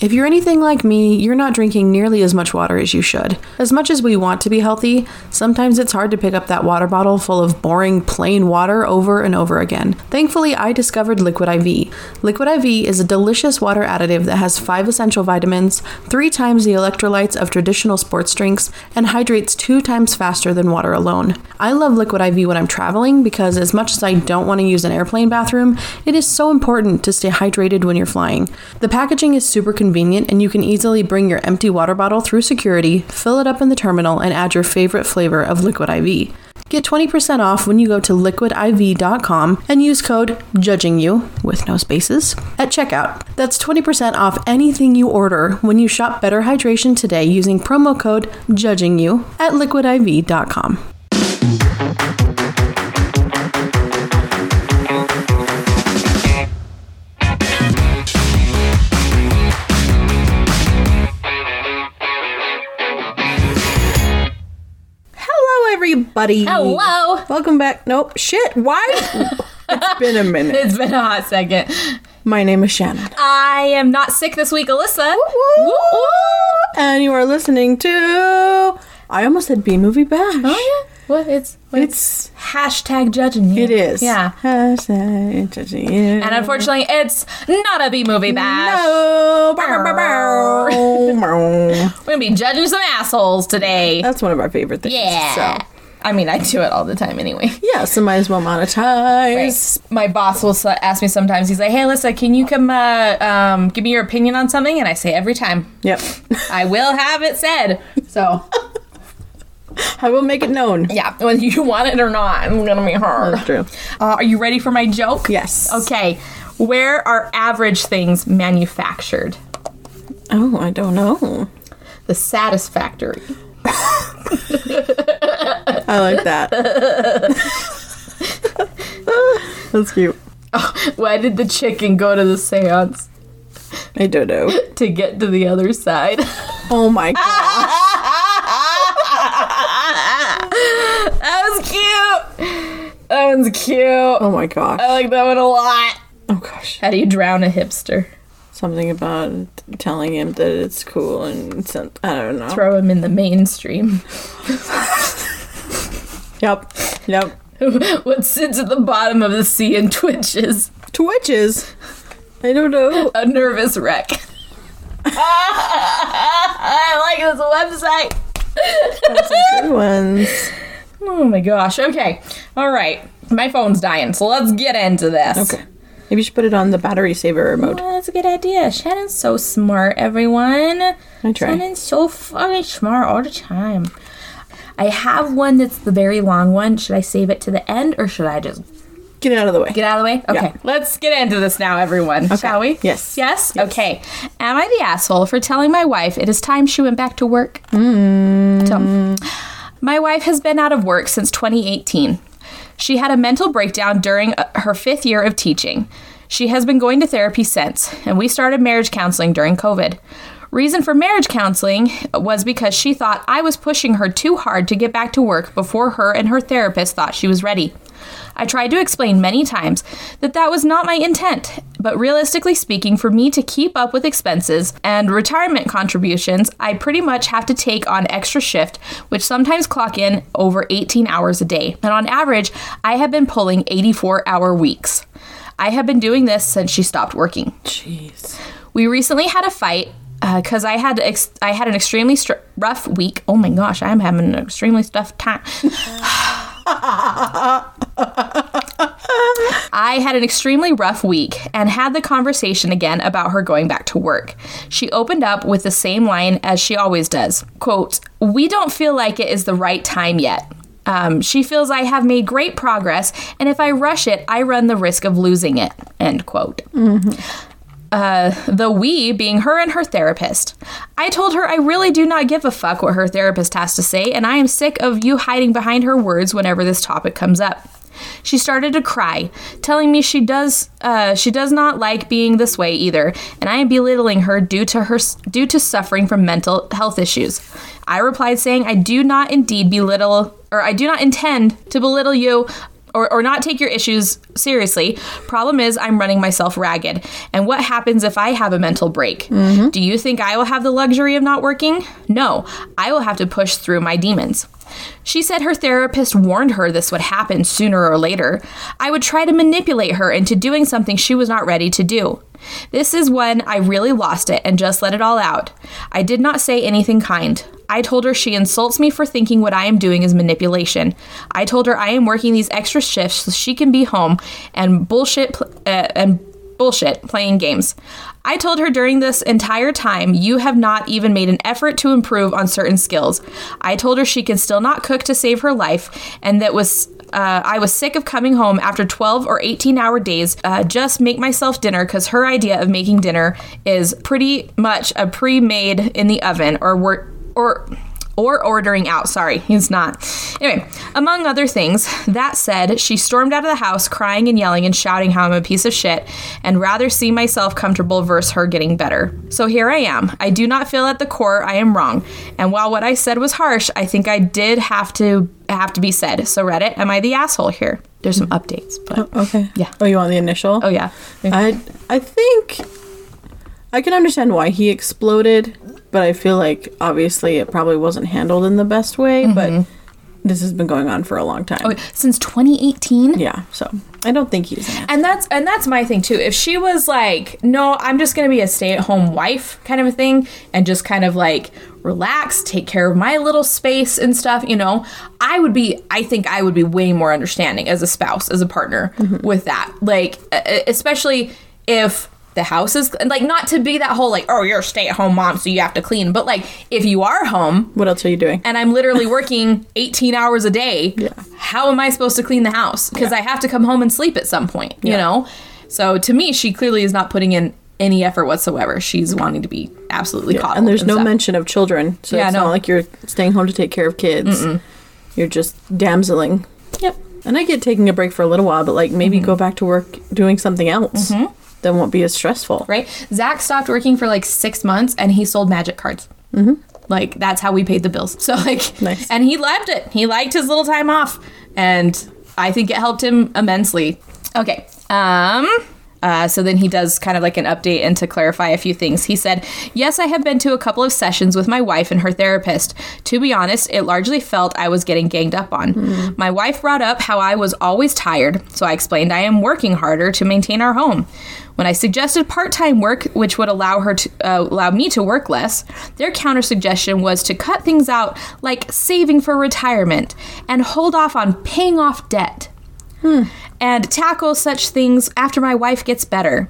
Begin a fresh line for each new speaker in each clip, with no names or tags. If you're anything like me, you're not drinking nearly as much water as you should. As much as we want to be healthy, sometimes it's hard to pick up that water bottle full of boring plain water over and over again. Thankfully, I discovered Liquid IV. Liquid IV is a delicious water additive that has 5 essential vitamins, 3 times the electrolytes of traditional sports drinks, and hydrates 2 times faster than water alone. I love Liquid IV when I'm traveling because as much as I don't want to use an airplane bathroom, it is so important to stay hydrated when you're flying. The packaging is super convenient and you can easily bring your empty water bottle through security, fill it up in the terminal, and add your favorite flavor of Liquid IV. Get 20% off when you go to liquidiv.com and use code JUDGINGYOU with no spaces at checkout. That's 20% off anything you order when you shop Better Hydration today using promo code JUDGINGYOU at liquidiv.com.
Hello, everybody.
Hello.
Welcome back. Nope. Shit. Why? it's been a minute.
It's been a hot second.
My name is Shannon.
I am not sick this week, Alyssa.
Woo! Oh, And you are listening to. I almost said B movie bash.
Oh yeah. What it's what,
It's
hashtag judging you.
it is.
Yeah. And
And
unfortunately, it's not a B movie bash.
No. Bow, bow, bow, bow.
We're gonna be judging some assholes today.
That's one of our favorite things.
yeah.
So.
I mean, I do it all the time anyway.
Yeah, so might as well monetize.
Right. My boss will s- ask me sometimes. He's like, "Hey, Alyssa, can you come uh, um, give me your opinion on something?" And I say every time,
Yep.
"I will have it said." So
I will make it known.
yeah, whether you want it or not, I'm gonna be hard.
That's true.
Uh, are you ready for my joke?
Yes.
Okay. Where are average things manufactured?
Oh, I don't know.
The satisfactory.
I like that. That's cute.
Why did the chicken go to the seance
I don't know.
to get to the other side?
Oh my
Ah!
god.
that was cute. That one's cute.
Oh my gosh.
I like that one a lot.
Oh gosh.
How do you drown a hipster?
Something about telling him that it's cool and some, I don't know.
Throw him in the mainstream.
Yep. Yep.
what sits at the bottom of the sea and twitches?
Twitches. I don't know.
A nervous wreck. I like this website.
Good ones.
Oh my gosh. Okay. All right. My phone's dying, so let's get into this.
Okay. Maybe you should put it on the battery saver mode.
Well, that's a good idea. Shannon's so smart, everyone.
I try.
Shannon's so fucking smart all the time. I have one that's the very long one. Should I save it to the end or should I just
Get it out of the way.
Get out of the way? Okay. Let's get into this now, everyone. Shall we?
Yes.
yes. Okay. Am I the asshole for telling my wife it is time she went back to work? Tell me. My wife has been out of work since 2018. She had a mental breakdown during uh, her fifth year of teaching. She has been going to therapy since, and we started marriage counseling during COVID. Reason for marriage counseling was because she thought I was pushing her too hard to get back to work before her and her therapist thought she was ready. I tried to explain many times that that was not my intent, but realistically speaking, for me to keep up with expenses and retirement contributions, I pretty much have to take on extra shift, which sometimes clock in over 18 hours a day. And on average, I have been pulling 84 hour weeks. I have been doing this since she stopped working.
Jeez.
We recently had a fight because I had ex- I had an extremely str- rough week. Oh my gosh, I'm having an extremely tough time. I had an extremely rough week and had the conversation again about her going back to work. She opened up with the same line as she always does. Quote, "We don't feel like it is the right time yet." Um, she feels I have made great progress, and if I rush it, I run the risk of losing it. End quote the we being her and her therapist. I told her I really do not give a fuck what her therapist has to say, and I am sick of you hiding behind her words whenever this topic comes up. She started to cry, telling me she does uh, she does not like being this way either, and I am belittling her due to her due to suffering from mental health issues. I replied saying I do not indeed belittle or I do not intend to belittle you or, or not take your issues seriously. Problem is, I'm running myself ragged. And what happens if I have a mental break? Do you think I will have the luxury of not working? No, I will have to push through my demons. She said her therapist warned her this would happen sooner or later. I would try to manipulate her into doing something she was not ready to do. This is when I really lost it and just let it all out. I did not say anything kind. I told her she insults me for thinking what I am doing is manipulation. I told her I am working these extra shifts so she can be home and bullshit pl- uh, and bullshit playing games. I told her during this entire time, you have not even made an effort to improve on certain skills. I told her she can still not cook to save her life, and that was. Uh, I was sick of coming home after 12 or 18 hour days, uh, just make myself dinner because her idea of making dinner is pretty much a pre made in the oven or work or or ordering out. Sorry, he's not. Anyway, among other things, that said, she stormed out of the house crying and yelling and shouting how I'm a piece of shit and rather see myself comfortable versus her getting better. So here I am. I do not feel at the core I am wrong. And while what I said was harsh, I think I did have to have to be said. So Reddit, am I the asshole here? There's some updates, but
Okay.
Yeah.
Oh, you want the initial?
oh yeah.
I I think I can understand why he exploded, but I feel like obviously it probably wasn't handled in the best way. But this has been going on for a long time.
Mm-hmm. Oh, since 2018?
Yeah, so I don't think he's an
and that's and that's my thing too if she was like no i'm just gonna be a stay-at-home wife kind of a thing and just kind of like relax take care of my little space and stuff you know i would be i think i would be way more understanding as a spouse as a partner with that like e- e- especially if the house is and, like not to be that whole like oh you're a stay-at-home mom so you have to clean but like if you are home
What else are you doing?
and I'm literally working 18 hours a day, how am I supposed to clean the house? Because I have to come home and sleep at some point, you
Yeah.
know? So to me, she clearly is not putting in any effort whatsoever. She's wanting to be absolutely caught.
And there's no
stuff.
mention of children, so
Yeah,
it's
no.
not like you're staying home to take care of kids. You're just damseling.
Yep. Mm-hmm.
And I get taking a break for a little while, but like maybe go back to work doing something else that won't be as stressful.
Right? Zach stopped working for like six months and he sold magic cards. Mm-hmm. Like that's how we paid the bills. So like,
Nice.
and he loved it. He liked his little time off, and I think it helped him immensely. Okay. Um. Uh, so then he does kind of like an update and to clarify a few things. He said, Yes, I have been to a couple of sessions with my wife and her therapist. To be honest, it largely felt I was getting ganged up on. My wife brought up how I was always tired, so I explained I am working harder to maintain our home. When I suggested part-time work, which would allow her to uh, allow me to work less, their counter suggestion was to cut things out, like saving for retirement, and hold off on paying off debt,
Hmm.
and tackle such things after my wife gets better,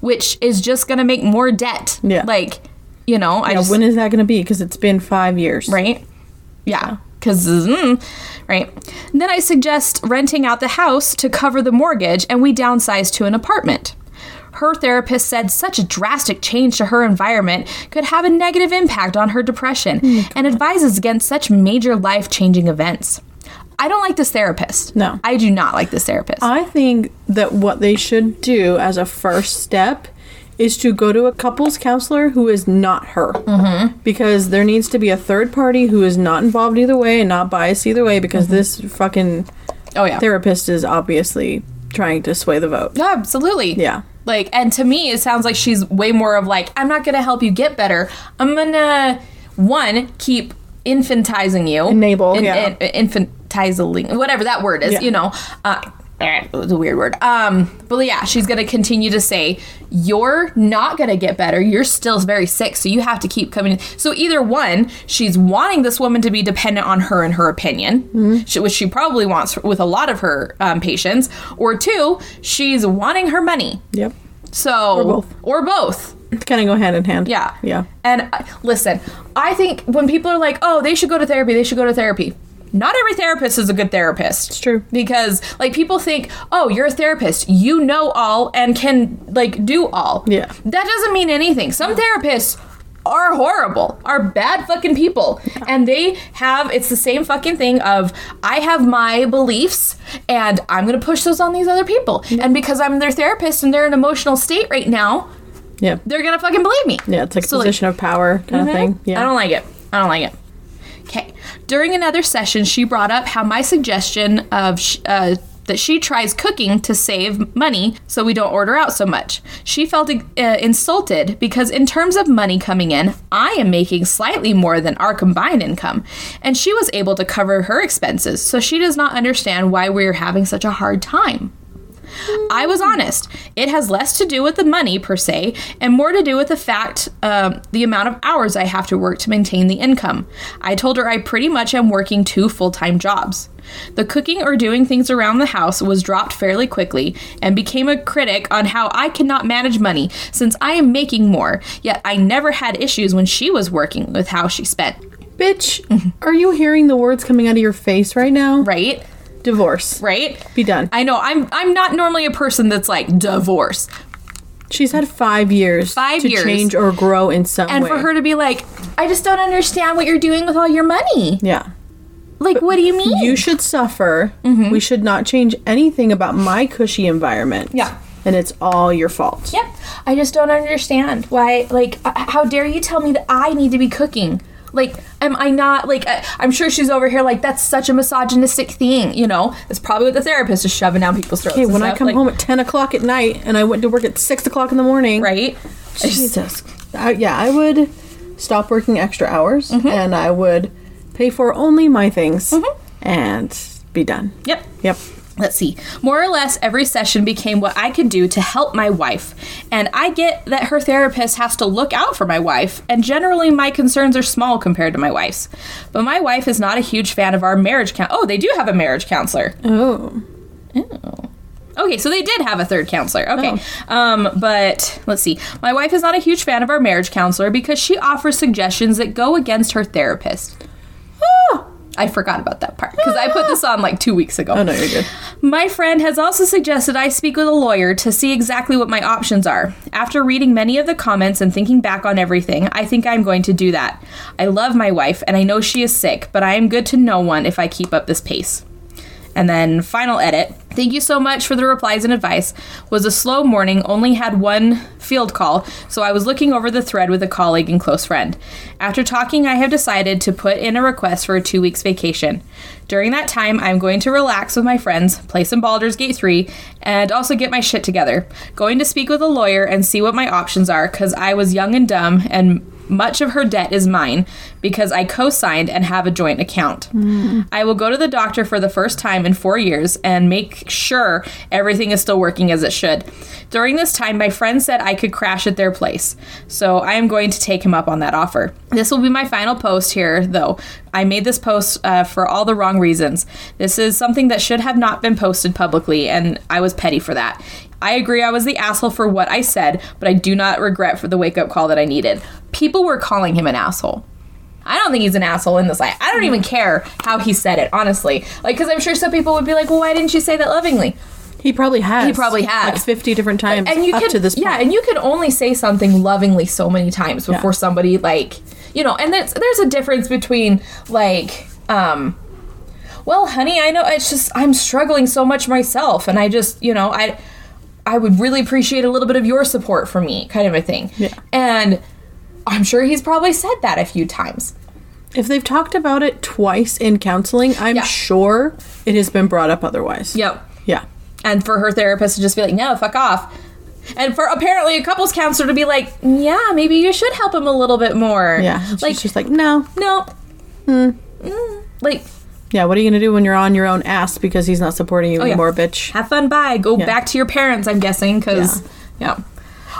which is just going to make more debt.
Yeah.
like you know, I
Now,
just
Uh, when is that going to be? Because it's been five years.
right? Yeah, because right. Then I suggest renting out the house to cover the mortgage, and we downsized to an apartment. Her therapist said such a drastic change to her environment could have a negative impact on her depression and advises against such major life changing events. I don't like this therapist.
No.
I do not like this therapist.
I think that what they should do as a first step is to go to a couples counselor who is not her. Mm-hmm. Because there needs to be a third party who is not involved either way and not biased either way because this fucking
Mm-hmm. oh, yeah.
therapist is obviously trying to sway the vote.
No, absolutely.
Yeah.
Like, and to me, it sounds like she's way more of like, I'm not gonna help you get better. I'm gonna one keep infantizing you,
Enable, yeah.
in- infantizing, whatever that word is.
Yeah.
You know, uh, eh, it was a weird word. Um, but yeah, she's gonna continue to say you're not gonna get better. You're still very sick, so you have to keep coming. So either one, she's wanting this woman to be dependent on her and her opinion,
Mm-hmm.
she- which she probably wants with a lot of her um, patients, or two, she's wanting her money.
Yep.
So or
both.
both.
It's kind of go hand in hand.
Yeah.
Yeah.
And uh, listen, I think when people are like, "Oh, they should go to therapy. They should go to therapy." Not every therapist is a good therapist. It's
true.
Because like people think, "Oh, you're a therapist. You know all and can like do all."
Yeah.
That doesn't mean anything. Some therapists are horrible, are bad fucking people. And they have, it's the same fucking thing of, I have my beliefs and I'm gonna push those on these other people. And because I'm their therapist and they're in an emotional state right now,
Yeah.
they're gonna fucking believe me.
Yeah, it's like a
So, Mm-hmm.
position of power kind of thing. Yeah.
I don't like it. I don't like it. Okay. During another session, she brought up how my suggestion of sh- uh, that she tries cooking to save money so we don't order out so much. She felt uh, insulted because, in terms of money coming in, I am making slightly more than our combined income, and she was able to cover her expenses, so she does not understand why we're having such a hard time. I was honest. It has less to do with the money per se, and more to do with the fact um, the amount of hours I have to work to maintain the income. I told her I pretty much am working two full time jobs. The cooking or doing things around the house was dropped fairly quickly and became a critic on how I cannot manage money since I am making more, yet I never had issues when she was working with how she spent.
Bitch, are you hearing the words coming out of your face right now?
Mm-hmm. Right?
Divorce.
Right?
Be done.
I know I'm I'm not normally a person that's like divorce.
She's had five years.
Five
to
years.
change or grow in some
and
way.
for her to be like, I just don't understand what you're doing with all your money.
yeah.
Like, what do you mean?
You should suffer.
Mm-hmm.
We should not change anything about my cushy environment.
Yeah.
And it's all your fault.
yep. I just don't understand why. Like, uh, how dare you tell me that I need to be cooking? Like, am I not like? Uh, I'm sure she's over here like that's such a misogynistic thing. You know, that's probably what the therapist is shoving down people's throats.
Hey,
and
when I
stuff,
come
like-
home at 10 o'clock at night and I went to work at 6 o'clock in the morning.
right?
Jesus. I, yeah, I would stop working extra hours
Mm-hmm.
and I would pay for only my things and be done.
Yep.
Yep.
Let's see. More or less every session became what I could do to help my wife. And I get that her therapist has to look out for my wife, and generally my concerns are small compared to my wife's. But my wife is not a huge fan of our marriage coun Oh, they do have a marriage counselor.
Oh.
Okay, so they did have a third counselor. Okay. Um, but let's see. My wife is not a huge fan of our marriage counselor because she offers suggestions that go against her therapist. I forgot about that part because I put this on like two weeks ago.
Oh, no, you're good.
My friend has also suggested I speak with a lawyer to see exactly what my options are. After reading many of the comments and thinking back on everything, I think I'm going to do that. I love my wife and I know she is sick, but I am good to no one if I keep up this pace. And then final edit. Thank you so much for the replies and advice. Was a slow morning, only had one field call, so I was looking over the thread with a colleague and close friend. After talking, I have decided to put in a request for a 2 weeks vacation. During that time, I'm going to relax with my friends, play some Baldur's Gate 3, and also get my shit together. Going to speak with a lawyer and see what my options are cuz I was young and dumb and much of her debt is mine because I co signed and have a joint account. I will go to the doctor for the first time in four years and make sure everything is still working as it should. During this time, my friend said I could crash at their place, so I am going to take him up on that offer. This will be my final post here, though. I made this post uh, for all the wrong reasons. This is something that should have not been posted publicly, and I was petty for that. I agree I was the asshole for what I said, but I do not regret for the wake up call that I needed. People were calling him an asshole. I don't think he's an asshole in this. I, I don't even care how he said it, honestly. Like, because I'm sure some people would be like, well, why didn't you say that lovingly?
He probably has.
He probably has.
Like 50 different times
And you
up
can,
to this point.
yeah, and you can only say something lovingly so many times before somebody like, you know. And there's there's a difference between like, um, well, honey, I know it's just I'm struggling so much myself, and I just you know I, I would really appreciate a little bit of your support for me, kind of a thing.
Yeah.
And I'm sure he's probably said that a few times.
If they've talked about it twice in counseling, I'm
Yeah.
sure it has been brought up otherwise.
Yep.
Yeah.
and for her therapist to just be like, no, fuck off. And for apparently a couples counselor to be like, yeah, maybe you should help him a little bit more.
Yeah. She's
Like,
just like, no.
no.
Hmm.
Mm. Like,
Yeah, what are you going to do when you're on your own ass because he's not supporting you
Oh, yeah.
anymore, bitch?
have fun, bye. Go
Yeah.
back to your parents, I'm guessing. Because, yeah.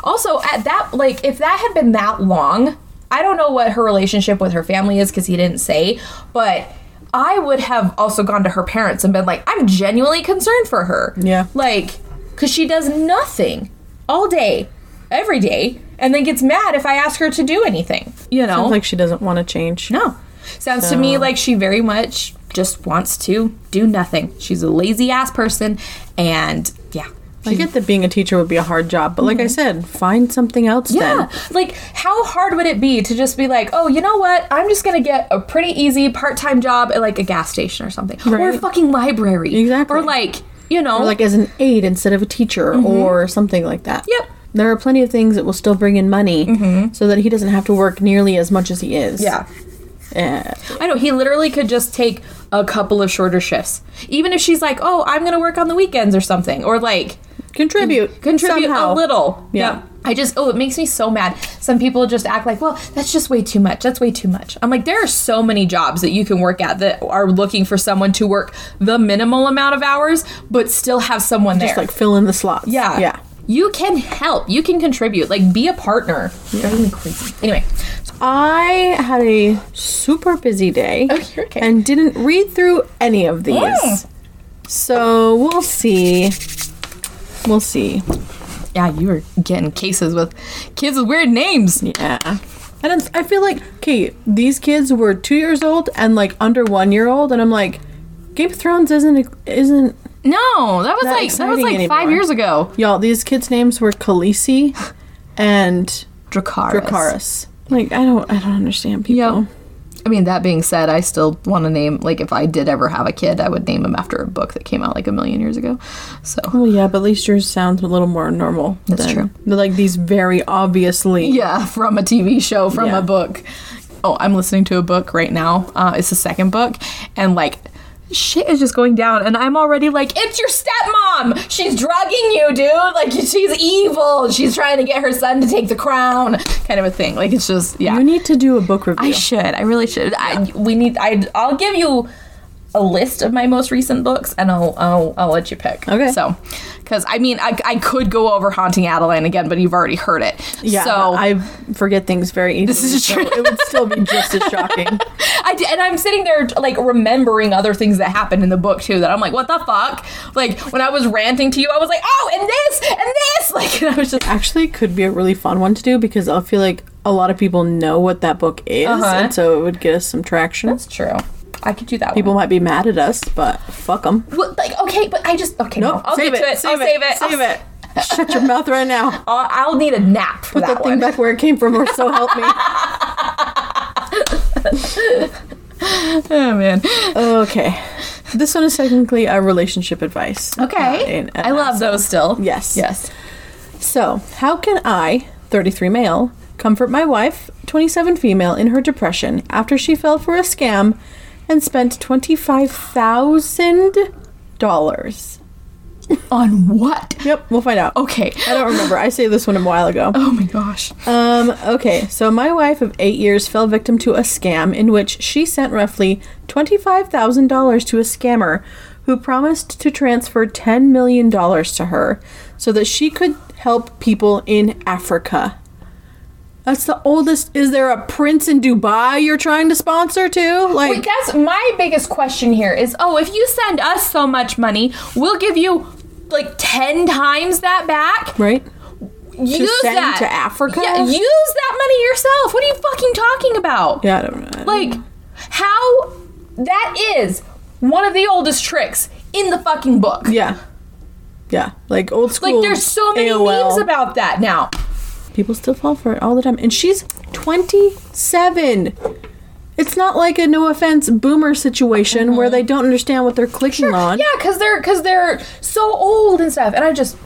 Also, at that, like, if that had been that long, I don't know what her relationship with her family is because he didn't say, but I would have also gone to her parents and been like, I'm genuinely concerned for her.
Yeah.
Like, because she does nothing all day, every day, and then gets mad if I ask her to do anything. You know?
Sounds like she doesn't want to change.
no. Sounds to me like she very much just wants to do nothing. She's a lazy ass person, and yeah.
I get that being a teacher would be a hard job, but like I said, find something else
Mm-hmm. Yeah.
then.
Like, how hard would it be to just be like, oh, you know what? I'm just going to get a pretty easy part time job at like a gas station or something, or a
Right.
fucking library.
Exactly.
Or like, you know,
Or like as an aide instead of a teacher or something like that.
Mm-hmm. Yep. Mm-hmm.
There are plenty of things that will still bring in money so that he doesn't have to work nearly as much as he is.
yeah.
Eh,
I know he literally could just take a couple of shorter shifts. Even if she's like, "Oh, I'm going to work on the weekends or something," or like
contribute.
contribute a
somehow.
little.
Yeah.
I just oh, it makes me so mad. Some people just act like, "Well, that's just way too much. That's way too much." I'm like, there are so many jobs that you can work at that are looking for someone to work the minimal amount of hours but still have someone
Just
there.
like fill in the slots.
yeah.
Yeah.
You can help. You can contribute. Like be a partner. Driving me crazy. Anyway,
I had a super busy day
Oh, you're okay.
and didn't read through any of these.
Mm.
So we'll see. We'll see.
yeah, you were getting cases with kids with weird names.
Yeah. I don't. I feel like okay, these kids were two years old and like under one year old, and I'm like, Game of Thrones isn't isn't
No, that was
Not
like that was
exciting
like five
anymore.
years ago.
y'all. These kids' names were Khaleesi and
Dracaris.
Dracaris. Like I don't I don't understand people.
Yeah. I mean, that being said, I still want to name like if I did ever have a kid, I would name him after a book that came out like a million years ago. So
Well, yeah, but at least yours sounds a little more normal.
That's
than-
true.
than, Like these very obviously.
yeah, from a TV show, from
Yeah.
a book. Oh, I'm listening to a book right now. Uh, it's the second book, and like. Shit is just going down, and I'm already like, it's your stepmom. She's drugging you, dude. Like she's evil. She's trying to get her son to take the crown, kind of a thing. Like it's just yeah.
You need to do a book review.
I should. I really should. I, we need. I. I'll give you a list of my most recent books, and I'll. I'll, I'll let you pick.
Okay.
So, because I mean, I, I could go over haunting Adeline again, but you've already heard it.
yeah,
So I.
I forget things very easily. This
is true.
So it would still be just as shocking.
d- and I'm sitting there like remembering other things that happened in the book too. That I'm like, what the fuck? Like when I was ranting to you, I was like, oh, and this and this. Like and I was just.
Actually, could be a really fun one to do because I feel like a lot of people know what that book is,
Uh-huh.
and so it would get us some traction.
That's true. I could do that.
people might be mad at us, but fuck them.
one. Well, like okay, but I just okay. no, I'll get to it. I'll save it.
Save
I'll,
it. Shut your mouth right now.
I'll, I'll need a nap for
Put
that
that
one.
thing back where it came from, or so help me.
Oh man.
Okay. This one is technically a relationship advice. Uh,
Okay.
in-
I love those still.
Yes.
Yes.
So, how can I, 33 male, comfort my wife, 27 female, in her depression after she fell for a scam and spent $25,000?
On what?
Yep, we'll find out.
Okay.
I don't remember. I say this one a while ago.
Oh my gosh.
Um, okay, so my wife of eight years fell victim to a scam in which she sent roughly $25,000 to a scammer who promised to transfer $10 million to her so that she could help people in Africa. That's the oldest. Is there a prince in Dubai you're trying to sponsor too? Like,
Wait, that's my biggest question here is oh, if you send us so much money, we'll give you like 10 times that back.
right?
Use
send
that.
to Africa?
Yeah, use that money yourself. What are you fucking talking about?
Yeah, I don't know.
Like, how that is one of the oldest tricks in the fucking book.
yeah. Yeah, like old school.
Like, there's so many
AOL.
memes about that now.
People still fall for it all the time. And she's 27. It's not like a no offense boomer situation where they don't understand what they're clicking on.
Yeah, because they're because they're so old and stuff. And I just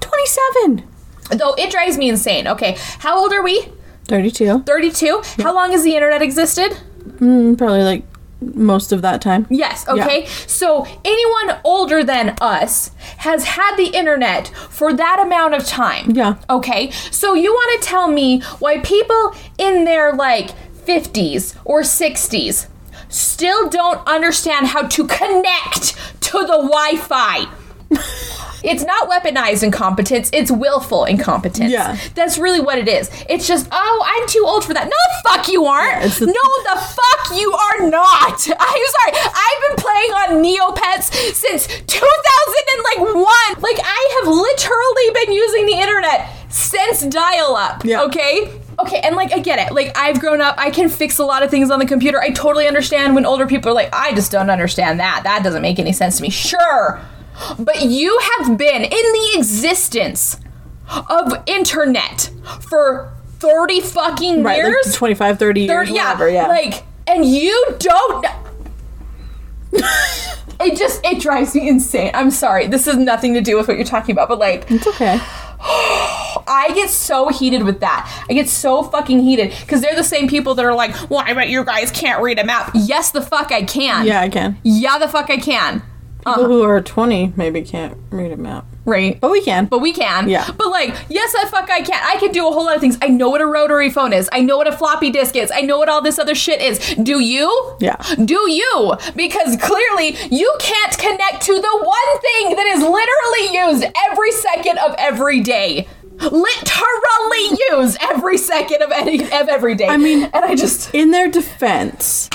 27.
though it drives me insane. Okay, how old are we?
32.
Thirty-two. How long has the internet existed?
Mm, probably like most of that time.
Yes. Okay.
Yeah.
So anyone older than us has had the internet for that amount of time.
Yeah.
Okay. So you want to tell me why people in their like fifties or sixties still don't understand how to connect to the Wi-Fi? It's not weaponized incompetence, it's willful incompetence.
Yeah.
That's really what it is. It's just, oh, I'm too old for that. No, the fuck you aren't.
it's the-
no, the fuck you are not. I'm sorry. I've been playing on Neopets since 2001. Like, I have literally been using the internet since dial up.
Yeah.
Okay? Okay, and like I get it. Like I've grown up, I can fix a lot of things on the computer. I totally understand when older people are like, I just don't understand that. That doesn't make any sense to me. Sure. But you have been in the existence of internet for 30 fucking
Right, like
years.
25, 30 years,
30 yeah,
whatever, yeah.
Like, and you don't. it just, it drives me insane. I'm sorry. This has nothing to do with what you're talking about, but like,
it's okay.
I get so heated with that. I get so fucking heated because they're the same people that are like, "Well, I bet you guys can't read a map." Yes, the fuck I can.
Yeah, I can.
Yeah, the fuck I can.
People who are 20 maybe can't read a map.
Right.
But we can.
But we can.
Yeah.
But like, yes, I fuck I can. I can do a whole lot of things. I know what a rotary phone is. I know what a floppy disk is. I know what all this other shit is. Do you?
Yeah.
Do you? Because clearly you can't connect to the one thing that is literally used every second of every day. Literally used every second of any of every day. I
mean-
and I just
in their defense,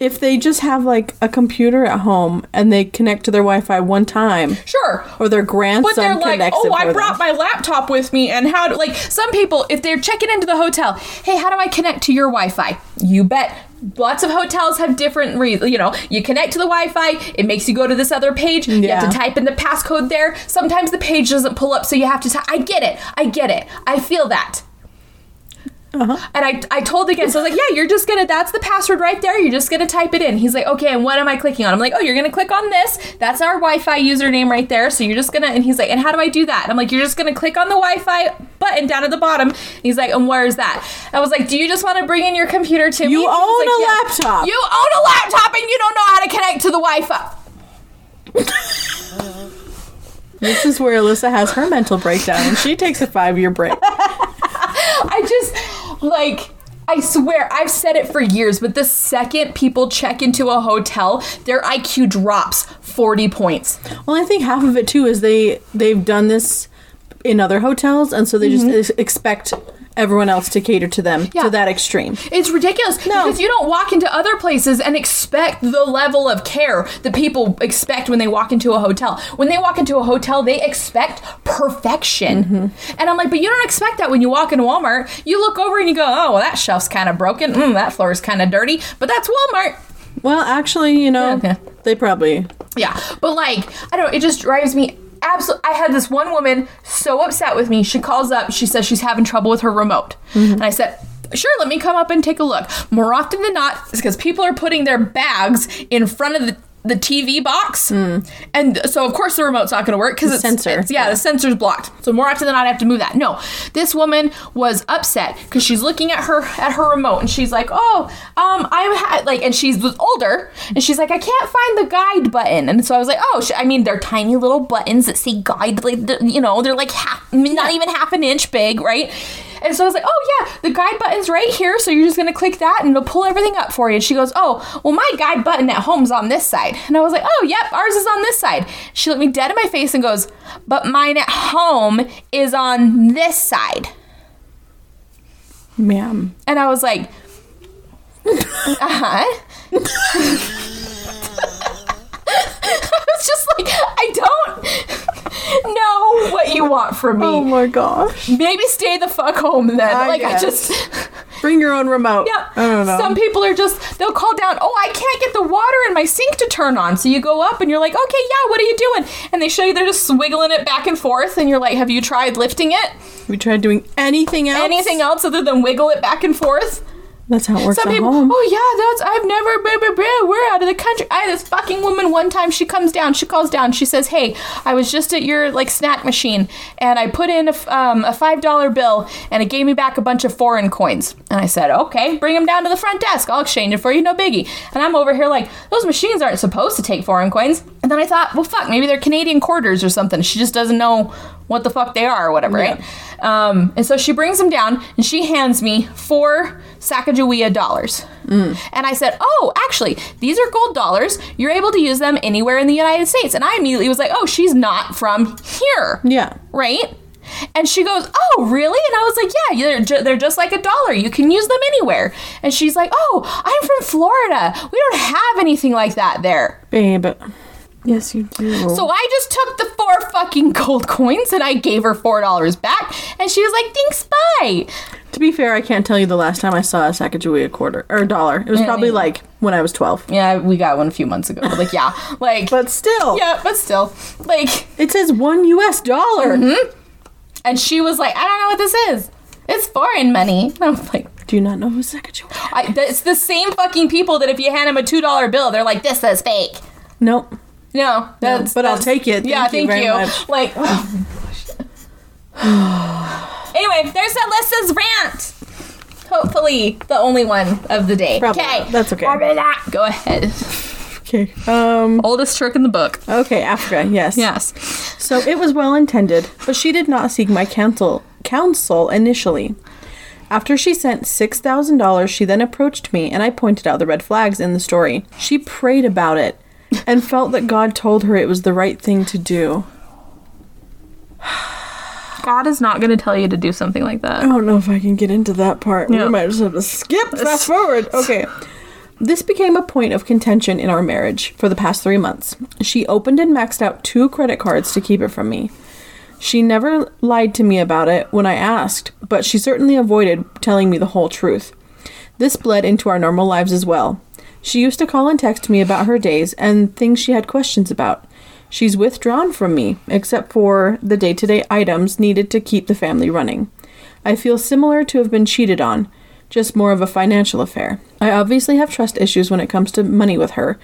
if they just have like a computer at home and they connect to their Wi-Fi one time,
sure.
or their grandson
But they're like,
connects
oh,
it
I
for
brought
them.
my laptop with me, and how? Do, like some people, if they're checking into the hotel, hey, how do I connect to your Wi-Fi? You bet. Lots of hotels have different reasons. You know, you connect to the Wi-Fi, it makes you go to this other page. You have
Yeah.
to type in the passcode there. Sometimes the page doesn't pull up, so you have to. T- I get it. I get it. I feel that.
Uh-huh.
And I, I told the kid, so I was like, yeah, you're just gonna, that's the password right there. You're just gonna type it in. He's like, okay, and what am I clicking on? I'm like, oh, you're gonna click on this. That's our Wi Fi username right there. So you're just gonna, and he's like, and how do I do that? And I'm like, you're just gonna click on the Wi Fi button down at the bottom. And he's like, and where is that? I was like, do you just wanna bring in your computer to me?
You
He was
own a laptop.
You own a laptop and you don't know how to connect to the Wi Fi.
This is where Alyssa has her mental breakdown, and she takes a five-year break.
I just like I swear I've said it for years, but the second people check into a hotel, their IQ drops 40 points.
Well, I think half of it too is they they've done this in other hotels, and so they just ex- expect everyone else to cater to them
Mm-hmm. Yeah.
to that extreme.
It's ridiculous because you don't walk into other places and expect the level of care that people expect when they walk into a hotel. When they walk into a hotel, they expect perfection. And I'm like, but you don't expect that when you walk into Walmart. You look over and you go, oh, well, that shelf's kind of broken. Mm, that floor is kind of dirty, but that's Walmart.
Well, actually, you know,
Okay.
they probably
Yeah, but like I don't know, it just drives me absolutely. I had this one woman so upset with me. She calls up. She says she's having trouble with her remote, and I said. Sure, let me come up and take a look. More often than not, it's because people are putting their bags in front of the, the TV box. And so, of course, the remote's not going to work because it's,
sensor.
it's- yeah, the sensor's blocked. So, more often than not, I have to move that. No, this woman was upset because she's looking at her at her remote and she's like, "Oh, um, I'm ha-, like," and she's older and she's like, "I can't find the guide button." And so I was like, "Oh, sh-, I mean, they're tiny little buttons that say guide, like th- you know, they're like half, I mean, not even half an inch big, right?" And so I was like, "Oh yeah, the guide button's right here, so you're just gonna click that and it'll pull everything up for you." And she goes, "Oh, well, my guide button at home's on this side," and I was like, "Oh, yep, ours is on this side." She looked me dead in my face and goes, "But mine at home is on this side."
ma'am.
And I was like, uh huh. I was just like, I don't know what you want from me.
Oh my gosh!
Maybe stay the fuck home then.
I
like,
guess.
I just.
Bring your own remote.
Yeah.
I don't know.
Some people are just, they'll call down, oh, I can't get the water in my sink to turn on. So you go up and you're like, okay, yeah, what are you doing? And they show you they're just wiggling it back and forth. And you're like, have you tried lifting it?
we tried doing anything else.
Anything else other than wiggle it back and forth?
That's how it works
Some
at
people,
home.
oh yeah, that's I've never. Blah, blah, blah, we're out of the country. I had this fucking woman one time. She comes down. She calls down. She says, "Hey, I was just at your like snack machine, and I put in a, f- um, a five dollar bill, and it gave me back a bunch of foreign coins." And I said, "Okay, bring them down to the front desk. I'll exchange it for you, no biggie." And I'm over here like those machines aren't supposed to take foreign coins. And then I thought, well, fuck, maybe they're Canadian quarters or something. She just doesn't know what the fuck they are or whatever, right? Um, and so she brings them down and she hands me four Sacagawea dollars. And I said, Oh, actually, these are gold dollars. You're able to use them anywhere in the United States. And I immediately was like, Oh, she's not from here.
Yeah.
Right? And she goes, Oh, really? And I was like, Yeah, they're, ju- they're just like a dollar. You can use them anywhere. And she's like, Oh, I'm from Florida. We don't have anything like that there.
Babe. Yes, you do.
So I just took the four fucking gold coins and I gave her four dollars back, and she was like, "Thanks, bye."
to be fair, I can't tell you the last time I saw a Sacagawea quarter or dollar. It was probably like when I was 12.
Yeah, we got one a few months ago. But like, yeah, like,
But still,
yeah, but still, like,
it says one US dollar.
and she was like, "I don't know what this is. It's foreign money." And I'm like.
Do you not know who Sacagawea?
I, th- it's the same fucking people that if you hand them a two dollar bill, they're like, "This is fake."
Nope.
No, that's.
but I'll
that's-
take it.
yeah,
Thank you
thank
very
you.
much.
Like, oh, Anyway, there's Alyssa's rant. Hopefully, the only one of the day.
Probably not. That's okay.
Blah, blah, blah. Go ahead.
Okay. Um.
Oldest trick in the book.
Okay. Africa. Yes.
Yes.
So it was well intended, but she did not seek my counsel counsel initially. After she sent six thousand dollars, she then approached me, and I pointed out the red flags in the story. She prayed about it, and felt that God told her it was the right thing to do.
God is not going to tell you to do something like that.
I don't know if I can get into that part.
Yeah.
We might just have to skip fast forward. Okay. This became a point of contention in our marriage for the past three months. She opened and maxed out two credit cards to keep it from me. She never lied to me about it when I asked, but she certainly avoided telling me the whole truth. This bled into our normal lives as well. She used to call and text me about her days and things she had questions about. She's withdrawn from me, except for the day to day items needed to keep the family running. I feel similar to have been cheated on, just more of a financial affair. I obviously have trust issues when it comes to money with her.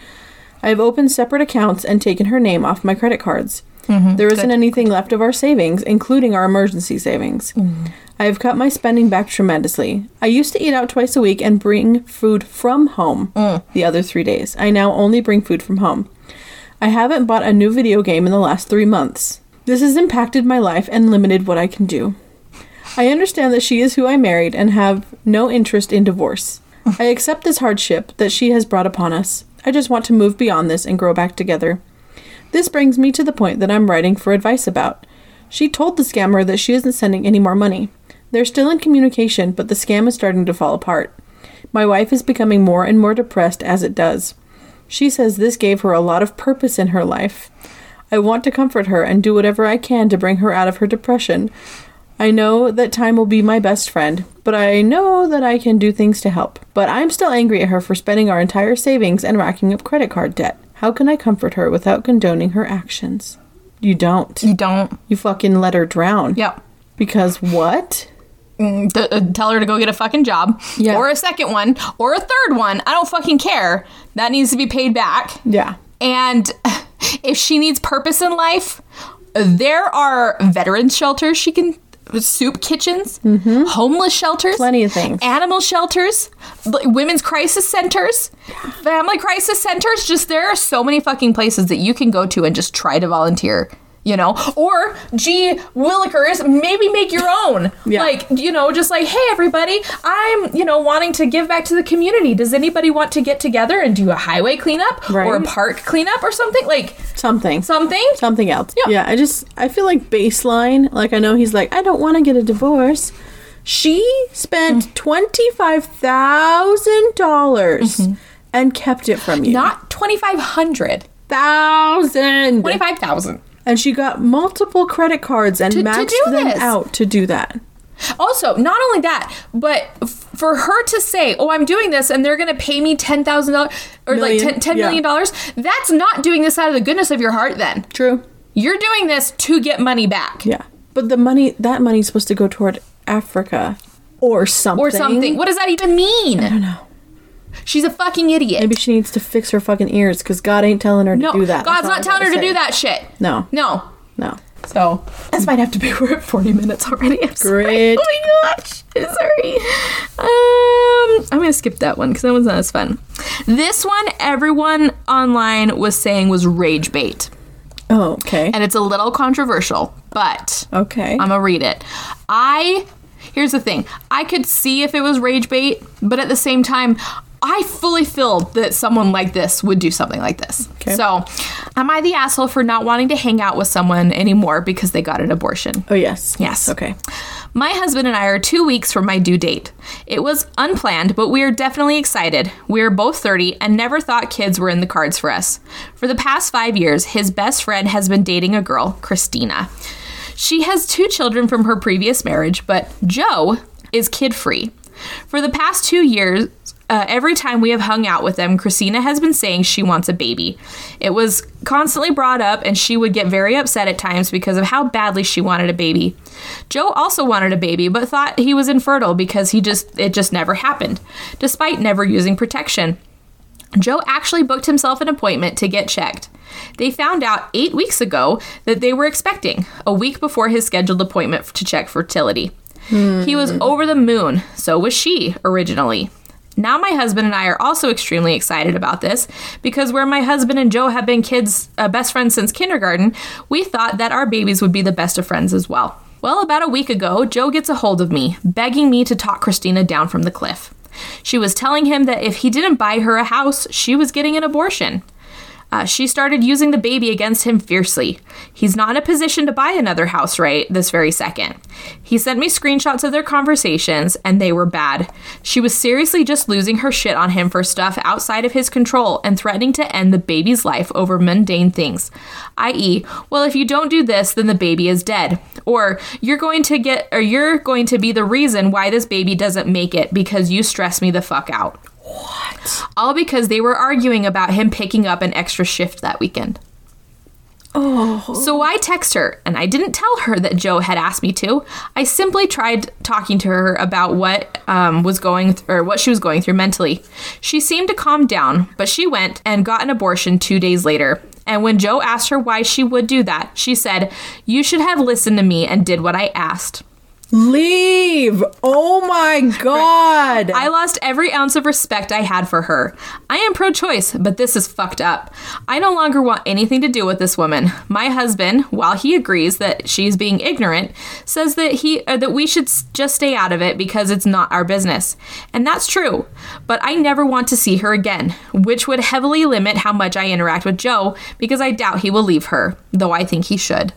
I have opened separate accounts and taken her name off my credit cards. There isn't anything left of our savings, including our emergency savings. I have cut my spending back tremendously. I used to eat out twice a week and bring food from home the other three days. I now only bring food from home. I haven't bought a new video game in the last three months. This has impacted my life and limited what I can do. I understand that she is who I married and have no interest in divorce. I accept this hardship that she has brought upon us. I just want to move beyond this and grow back together. This brings me to the point that I'm writing for advice about. She told the scammer that she isn't sending any more money. They're still in communication, but the scam is starting to fall apart. My wife is becoming more and more depressed as it does. She says this gave her a lot of purpose in her life. I want to comfort her and do whatever I can to bring her out of her depression. I know that time will be my best friend, but I know that I can do things to help. But I'm still angry at her for spending our entire savings and racking up credit card debt. How can I comfort her without condoning her actions? You don't.
You don't.
You fucking let her drown.
Yep.
Because what?
Mm, th- uh, tell her to go get a fucking job
Yeah.
or a second one or a third one. I don't fucking care. That needs to be paid back.
Yeah.
And if she needs purpose in life, there are veteran shelters she can, soup kitchens, homeless shelters,
Mm-hmm. Plenty of things.
animal shelters, l- women's crisis centers, family crisis centers. Just there are so many fucking places that you can go to and just try to volunteer. You know, or gee Willikers, maybe make your own.
Yeah.
Like, you know, just like, hey, everybody, I'm, you know, wanting to give back to the community. Does anybody want to get together and do a highway cleanup or a
Right.
park cleanup or something? Like,
Something.
something?
Something else.
Yeah.
Yeah. I just, I feel like baseline, like I know he's like, I don't want to get a divorce. She
Mm-hmm.
spent $25,000 dollars and kept it from you.
Mm-hmm. Not 2,500,
thousand.
25,000.
And she got multiple credit cards and
To- to
maxed
do
them
this.
out to do that.
Also, not only that, but f- for her to say, "Oh, I'm doing this," and they're going to pay me ten thousand dollars or
Million,
like ten, $10
yeah.
million dollars, that's not doing this out of the goodness of your heart. Then
True.
you're doing this to get money back
Yeah. But the money, that money's supposed to go toward Africa or something.
or something. What does that even mean? I don't know. She's a fucking idiot.
Maybe she needs to fix her fucking ears because God ain't telling her
no,
to do that.
God's not
That's all
telling
I'm
her to
gotta
do
say.
that shit.
No.
no.
No.
So this might have to be we're at forty minutes already. I'm sorry.
Great.
Oh my gosh, sorry. Um, I'm gonna skip that one because that one's not as fun. This one, everyone online was saying was rage bait,
Oh, okay.
and it's a little controversial, but
okay.
I'm gonna read it. I here's the thing. I could see if it was rage bait, but at the same time, I fully feel that someone like this would do something like this.
Okay.
So, am I the asshole for not wanting to hang out with someone anymore because they got an abortion?
oh, yes.
Yes.
Okay.
My husband and I are two weeks from my due date. It was unplanned, but we are definitely excited. We are both 30 and never thought kids were in the cards for us. For the past five years, his best friend has been dating a girl, Christina. She has two children from her previous marriage, but Joe is kid free. For the past two years, uh, every time we have hung out with them, Christina has been saying she wants a baby. It was constantly brought up, and she would get very upset at times because of how badly she wanted a baby. Joe also wanted a baby, but thought he was infertile because he just it just never happened, despite never using protection. Joe actually booked himself an appointment to get checked. They found out eight weeks ago that they were expecting, a week before his scheduled appointment to check fertility. He was over the moon. So was she originally. Now my husband and I are also extremely excited about this because where my husband and Joe have been kids uh, best friends since kindergarten, we thought that our babies would be the best of friends as well. Well, about a week ago, Joe gets a hold of me, begging me to talk Christina down from the cliff. She was telling him that if he didn't buy her a house, she was getting an abortion. Uh, she started using the baby against him fiercely. He's not in a position to buy another house right this very second. He sent me screenshots of their conversations, and they were bad. She was seriously just losing her shit on him for stuff outside of his control and threatening to end the baby's life over mundane things, i.e., well, if you don't do this, then the baby is dead, or you're going to get, or you're going to be the reason why this baby doesn't make it because you stress me the fuck out all because they were arguing about him picking up an extra shift that weekend. Oh. So I text her, and I didn't tell her that Joe had asked me to. I simply tried talking to her about what um, was going th- or what she was going through mentally. She seemed to calm down, but she went and got an abortion two days later. And when Joe asked her why she would do that, she said, "You should have listened to me and did what I asked."
Leave! Oh my god!
I lost every ounce of respect I had for her. I am pro choice, but this is fucked up. I no longer want anything to do with this woman. My husband, while he agrees that she's being ignorant, says that he uh, that we should s- just stay out of it because it's not our business. And that's true, but I never want to see her again, which would heavily limit how much I interact with Joe because I doubt he will leave her, though I think he should.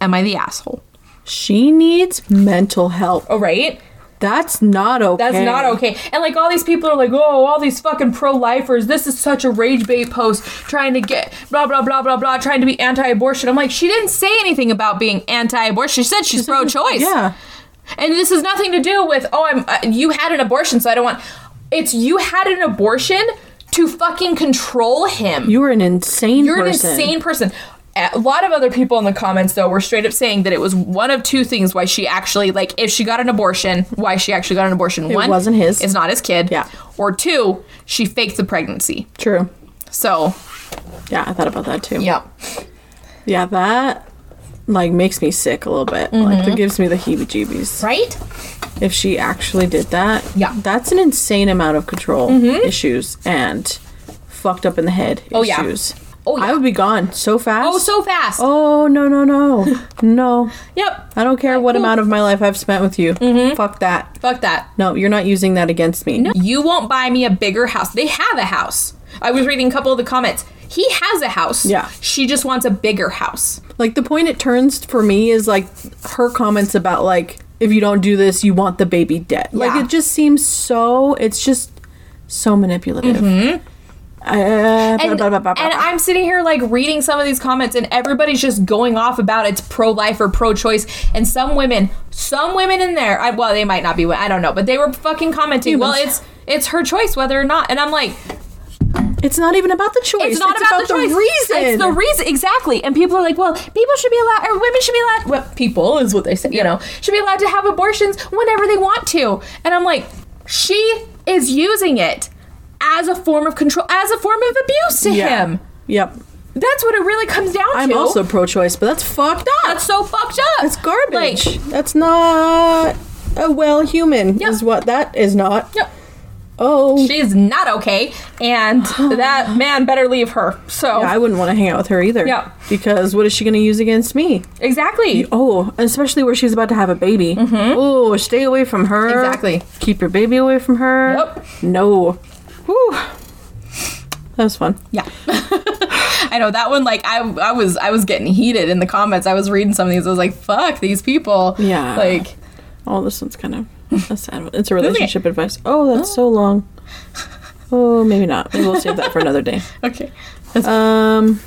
Am I the asshole?
she needs mental help.
All right.
That's not okay.
That's not okay. And like all these people are like, oh, all these fucking pro lifers, this is such a rage bait post trying to get blah, blah, blah, blah, blah, trying to be anti abortion. I'm like, she didn't say anything about being anti abortion. She said she's pro choice.
Yeah.
And this has nothing to do with, oh, I'm, uh, you had an abortion, so I don't want. It's you had an abortion to fucking control him.
You're an insane
You're
person.
an insane person. A lot of other people in the comments, though, were straight up saying that it was one of two things why she actually, like, if she got an abortion, why she actually got an abortion. It one,
wasn't his.
It's not his kid.
Yeah.
Or two, she faked the pregnancy.
True.
So,
Yeah, I thought about that too.
yeah.
Yeah, that like makes me sick a little bit. Like
Mm-hmm.
that gives me the heebie-jeebies.
Right?
If she actually did that,
Yeah. Mm-hmm.
that's an insane amount of control issues and fucked up in the head
Oh, yeah.
issues.
Oh, yeah.
I would be gone so fast.
Oh, so fast.
Oh no no no no!
Yep.
I don't care what
Cool.
amount of my life I've spent with you.
Mm-hmm.
Fuck that.
Fuck that.
No, you're not using that against me.
You won't buy me a bigger house. They have a house. I was reading a couple of the comments. He has a house.
Yeah.
She just wants a bigger house.
Like the point it turns for me is like her comments about like if you don't do this, you want the baby dead. Like
Yeah.
it just seems so. It's just so manipulative.
Mm-hmm.
I- uh,
and,
blah, blah, blah, blah,
and
blah.
I'm sitting here like reading some of these comments, and everybody's just going off about it's pro life or pro choice. And some women, some women in there, I, well, they might not be, wo- I don't know, but they were fucking commenting. Well,
Humans.
it's it's her choice whether or not. And I'm like,
it's not even about the choice.
it's not about, the, choice.
reason.
It's the reason exactly. And people are like, well, people should be allowed, or women should be allowed. Well, people is what they say. You know, should be allowed to have abortions whenever they want to. And I'm like, she is using it as a form of control, as a form of abuse to
Yeah.
him.
Yep.
That's what it really comes down
I'm
to.
also pro-choice, but that's fucked up.
that's so fucked up.
That's garbage.
Like,
that's not a well human.
Yep.
Is what that is not.
yep,
Oh,
she's not okay, and that man better leave her. So
I wouldn't want to hang out with her either.
Yeah.
Because what is she going to use against me?
exactly.
Oh, especially where she's about to have a baby. Oh, stay away from her.
Mm-hmm. Exactly.
Keep your baby away from her.
Yep.
No. Whew. That was fun.
Yeah. I know that one like I I was I was getting heated in the comments. I was reading some of these. I was like, fuck these people.
Yeah.
Like
Oh, this one's kind of a sad one. It's a relationship advice. Oh, that's so long. Oh, maybe not. Maybe we'll save that for another day.
okay.
Um,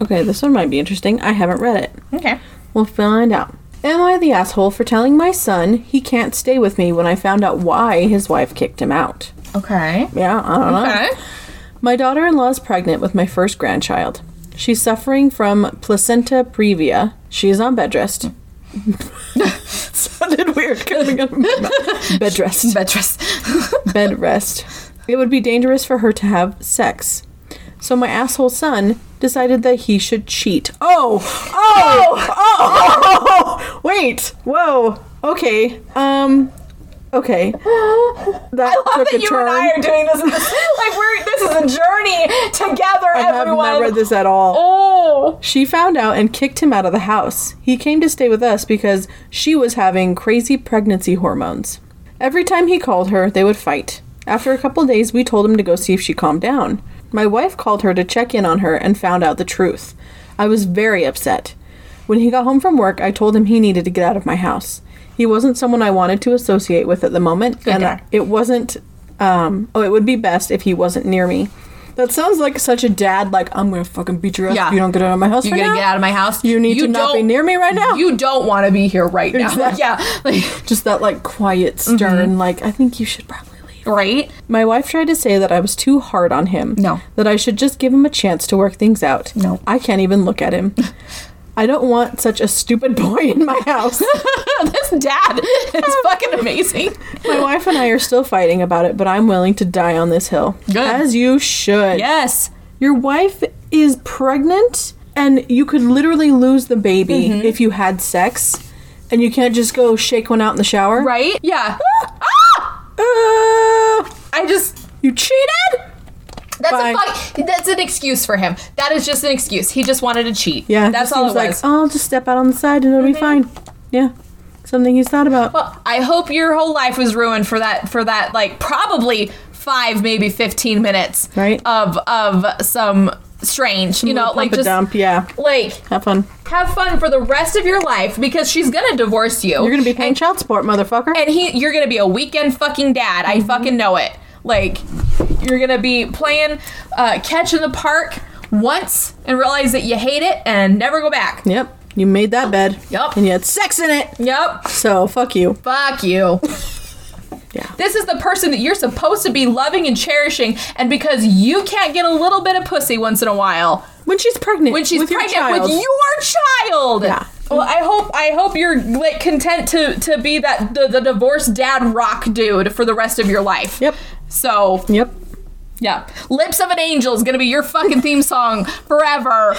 okay, this one might be interesting. I haven't read it.
Okay.
We'll find out. Am I the asshole for telling my son he can't stay with me when I found out why his wife kicked him out?
Okay.
Yeah, I don't know.
Okay.
My daughter in law is pregnant with my first grandchild. She's suffering from placenta previa. She is on bed rest. Sounded weird coming out of my mouth. Bed rest
Bedrest.
bed rest. It would be dangerous for her to have sex. So my asshole son decided that he should cheat. Oh! Oh! Oh! Wait! Whoa! Okay. Um. Okay. That
I love that you and I are doing this. in this- like we're this is a journey together,
I have
everyone.
not read this at all.
Oh,
She found out and kicked him out of the house. He came to stay with us because she was having crazy pregnancy hormones. Every time he called her, they would fight. After a couple days, we told him to go see if she calmed down. My wife called her to check in on her and found out the truth. I was very upset. When he got home from work, I told him he needed to get out of my house. He wasn't someone I wanted to associate with at the moment, and
guy.
it wasn't. Um, oh, it would be best if he wasn't near me. That sounds like such a dad. Like I'm gonna fucking beat your ass
Yeah.
if you don't get out of my house.
you
right
gotta
now.
get out of my house.
You need to not be
don't-
near me right now.
You don't want to be here right now.
Exactly.
Yeah, Mm-hmm. like
Just that like quiet, stern. Like I think you should probably leave.
right.
My wife tried to say that I was too hard on him.
No.
That I should just give him a chance to work things out.
No.
I can't even look at him. I don't want such a stupid boy in my house.
this dad is fucking amazing.
My wife and I are still fighting about it, but I'm willing to die on this hill.
Good.
As you should.
Yes.
Your wife is pregnant, and you could literally lose the baby
Mm-hmm.
if you had sex, and you can't just go shake one out in the shower.
Right. Yeah.
Uh,
I just.
you cheated?
That's
Bye.
a fuck, That's an excuse for him. That is just an excuse. He just wanted to cheat.
Yeah.
That's
just
all it
seems
was. Mm-hmm.
Like, oh, I'll just step out on the side and it'll be fine. Yeah. Something he's thought about.
Well, I hope your whole life was ruined for that for that like probably five maybe fifteen minutes
Right.
of of some strange you know
Pump
like
a
just
dump. Yeah.
like
Have fun.
have fun for the rest of your life because she's gonna divorce you.
You're gonna be paying child support, motherfucker.
and he you're gonna be a weekend fucking dad.
Mm-hmm.
I fucking know it. Like you're gonna be playing uh, catch in the park once and realize that you hate it and never go back.
yep. You made that bed.
Yup.
And you had sex in it.
Yep.
So fuck you.
Fuck you.
Yeah.
This is the person that you're supposed to be loving and cherishing, and because you can't get a little bit of pussy once in a while,
When she's pregnant.
when she's
with your
pregnant
child.
with your child.
Yeah.
Well, I hope I hope you're like content to to be that the, the divorced dad rock dude for the rest of your life.
Yep.
So
Yep.
yeah, lips of an angel is gonna be your fucking theme song forever.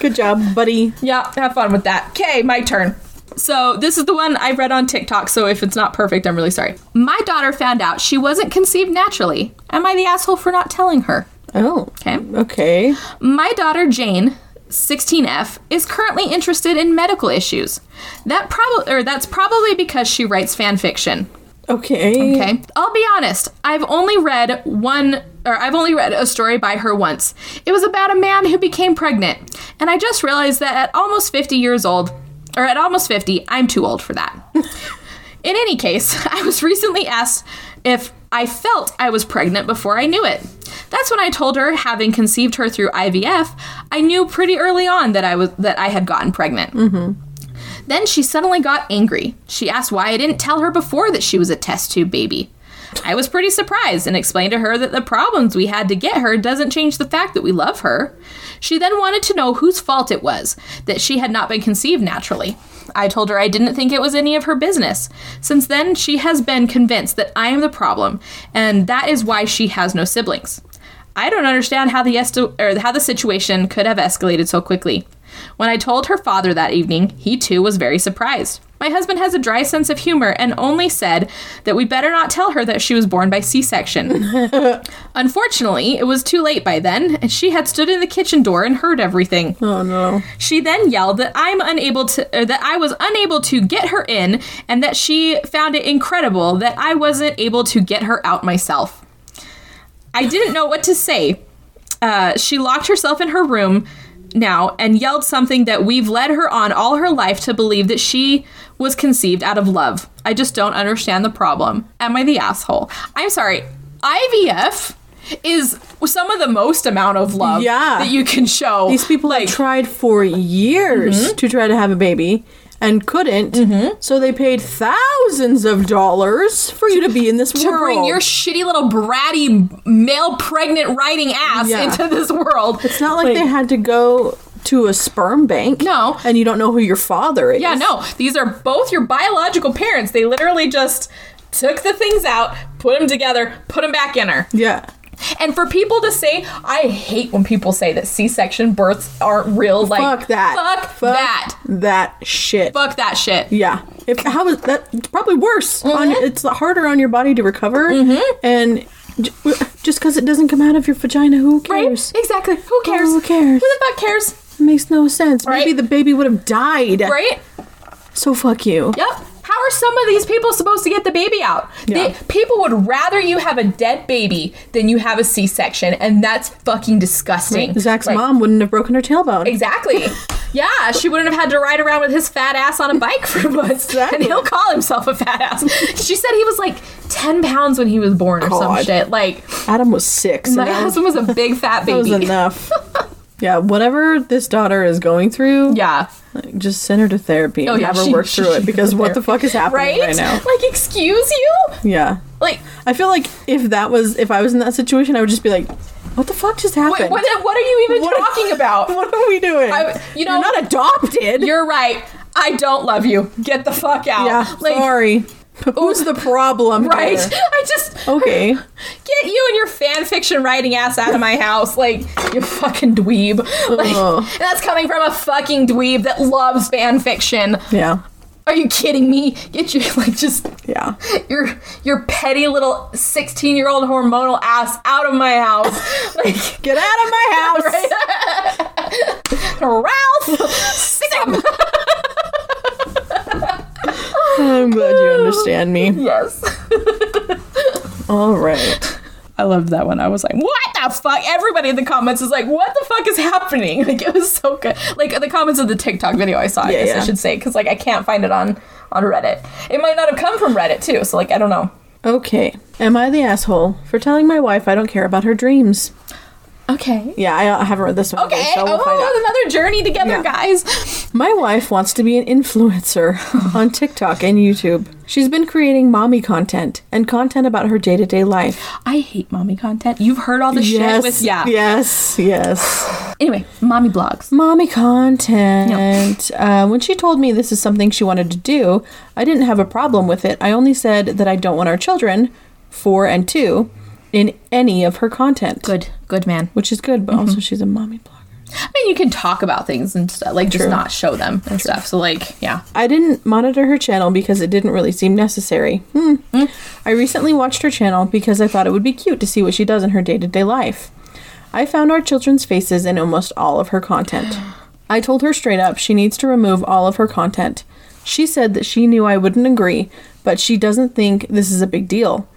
Good job, buddy.
Yeah, have fun with that. Okay, my turn. So, this is the one I read on TikTok, so if it's not perfect, I'm really sorry. My daughter found out she wasn't conceived naturally. Am I the asshole for not telling her?
Oh.
Okay.
Okay.
My daughter Jane, 16F, is currently interested in medical issues. That probably or that's probably because she writes fan fiction.
Okay.
Okay. I'll be honest. I've only read one or I've only read a story by her once. It was about a man who became pregnant. And I just realized that at almost 50 years old, or at almost 50, I'm too old for that. In any case, I was recently asked if I felt I was pregnant before I knew it. That's when I told her, having conceived her through IVF, I knew pretty early on that I was that I had gotten pregnant. Then she suddenly got angry. She asked why I didn't tell her before that she was a test tube baby. I was pretty surprised and explained to her that the problems we had to get her doesn't change the fact that we love her. She then wanted to know whose fault it was that she had not been conceived naturally. I told her I didn't think it was any of her business. Since then, she has been convinced that I am the problem, and that is why she has no siblings. I don't understand how the est- or how the situation could have escalated so quickly. When I told her father that evening, he too was very surprised. My husband has a dry sense of humor and only said that we better not tell her that she was born by C-section. Unfortunately, it was too late by then, and she had stood in the kitchen door and heard everything.
Oh no.
She then yelled that I'm unable to or that I was unable to get her in and that she found it incredible that I wasn't able to get her out myself. I didn't know what to say. Uh, she locked herself in her room now and yelled something that we've led her on all her life to believe that she was conceived out of love. I just don't understand the problem. Am I the asshole? I'm sorry. IVF is some of the most amount of love
Yeah.
that you can show.
These people have tried for years
Mm-hmm.
to try to have a baby and couldn't, so they paid thousands of dollars for you to be in this
to
world.
bring your shitty little bratty male pregnant writing ass
Yeah.
into this world.
it's not like they had to go to a sperm bank.
No.
and you don't know who your father is.
Yeah, no, these are both your biological parents. They literally just took the things out, put them together, put them back in her.
Yeah,
And for people to say, I hate when people say that C-section births aren't real. Like,
fuck that.
Fuck, that.
That shit.
Fuck that shit.
Yeah. If how is that? It's probably worse. On,
Mhm.
it's harder on your body to recover.
Mm-hmm.
And j- just because it doesn't come out of your vagina, who
Right?
cares?
Exactly. Who cares?
who cares?
Who the fuck cares?
It makes no sense. Maybe
Right.
the baby would have died.
Right?
So fuck you.
Yep. How are some of these people supposed to get the baby out?
Yeah.
They, people would rather you have a dead baby than you have a C-section, and that's fucking disgusting.
Zach's
Like,
mom wouldn't have broken her tailbone.
Exactly. Yeah, she wouldn't have had to ride around with his fat ass on a bike for months.
Exactly.
And he'll call himself a fat ass. She said he was like 10 pounds when he was born or some
God.
shit. Like,
Adam was six.
my
and that was-
husband was a big fat
that was
baby.
enough. yeah. Whatever this daughter is going through,
yeah.
like, just send her to therapy
Oh,
and
yeah,
have her
she-
work
she
through
should
it
go
because
to
what the fuck is happening
Right?
right now?
Like, excuse you?
Yeah.
Like,
I feel like if that was if I was in that situation, I would just be like, "What the fuck just happened?
wait, what, what are you even
What-
talking about?
What are we doing?
I- you know-
are not adopted.
You're right. I don't love you. Get the fuck out.
yeah. sorry. Who's the problem?
Right?
here?
I just.
Okay.
Get you and your fan fiction writing ass out of my house, like you fucking dweeb. Like,
Ugh.
and that's coming from a fucking dweeb that loves fan fiction.
Yeah.
Are you kidding me? Get your like just
Yeah.
your your petty little sixteen year old hormonal ass out of my house, like
Get out of my house.
Ralph. Stick 'em.
I'm glad you understand me.
yes,
All right.
I loved that one. I was like, what the fuck? Everybody in the comments is like, what the fuck is happening? Like it was so good. Like the comments of the TikTok video I saw. I
Yeah,
guess I
yeah.
should say because like I can't find it on on Reddit. It might not have come from Reddit too. So like I don't know.
Okay. Am I the asshole for telling my wife I don't care about her dreams?
Okay.
Yeah, I, I haven't read this one.
Okay.
so we'll find out.
oh, another journey together,
Yeah.
guys.
My wife wants to be an influencer on TikTok and YouTube. She's been creating mommy content and content about her day to day life.
I hate mommy content. You've heard all the shit with yeah.
Yes, yes.
Anyway, mommy blogs.
Mommy content. Uh, when she told me this is something she wanted to do, I didn't have a problem with it. I only said that I don't want our children, four and two, in any of her content.
Good, Mm-hmm. good man.
Which is good, but also she's a mommy blogger.
I mean, you can talk about things and stuff, like just
True.
not show them and stuff. So like, yeah.
I didn't monitor her channel because it didn't really seem necessary. Hmm. I recently watched her channel because I thought it would be cute to see what she does in her day to day life. I found our children's faces in almost all of her content. I told her straight up she needs to remove all of her content. She said that she knew I wouldn't agree, but she doesn't think this is a big deal.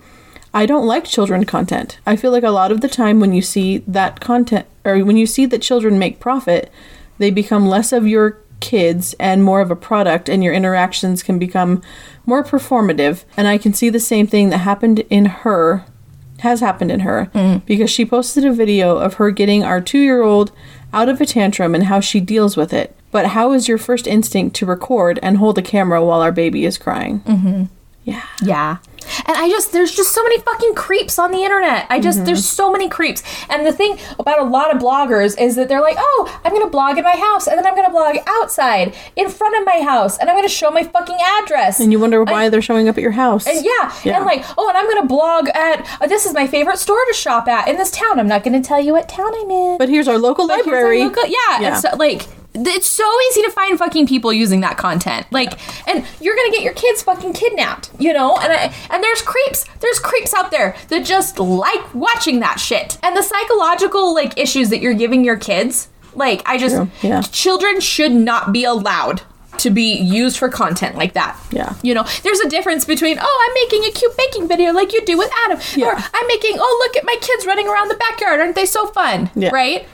I don't like children content. I feel like a lot of the time when you see that content or when you see that children make profit, they become less of your kids and more of a product and your interactions can become more performative. And I can see the same thing that happened in her has happened in her because she posted a video of her getting our 2-year-old out of a tantrum and how she deals with it. But how is your first instinct to record and hold a camera while our baby is crying? Mm-hmm. Yeah.
Yeah. And I just, there's just so many fucking creeps on the internet. I just, there's
Mm-hmm.
so many creeps. And the thing about a lot of bloggers is that they're like, oh, I'm going to blog in my house and then I'm going to blog outside in front of my house and I'm going to show my fucking address.
And you wonder why they're showing up at your house.
And yeah,
Yeah.
and like, oh, and I'm gonna blog at uh, this is my favorite store to shop at in this town. I'm not gonna tell you what town I'm in.
But here's our local
But here's our
library.
local- yeah,
Yeah.
It's so, like th- it's so easy to find fucking people using that content. Like, and you're gonna get your kids fucking kidnapped, you know. And I, and there's creeps, there's creeps out there that just like watching that shit. And the psychological like issues that you're giving your kids, like I just,
True, yeah.
children should not be allowed to be used for content like that.
Yeah.
You know, there's a difference between, oh, I'm making a cute baking video like you do with Adam. Or
Yeah.
I'm making, oh, look at my kids running around the backyard. Aren't they so fun?
Yeah.
Right?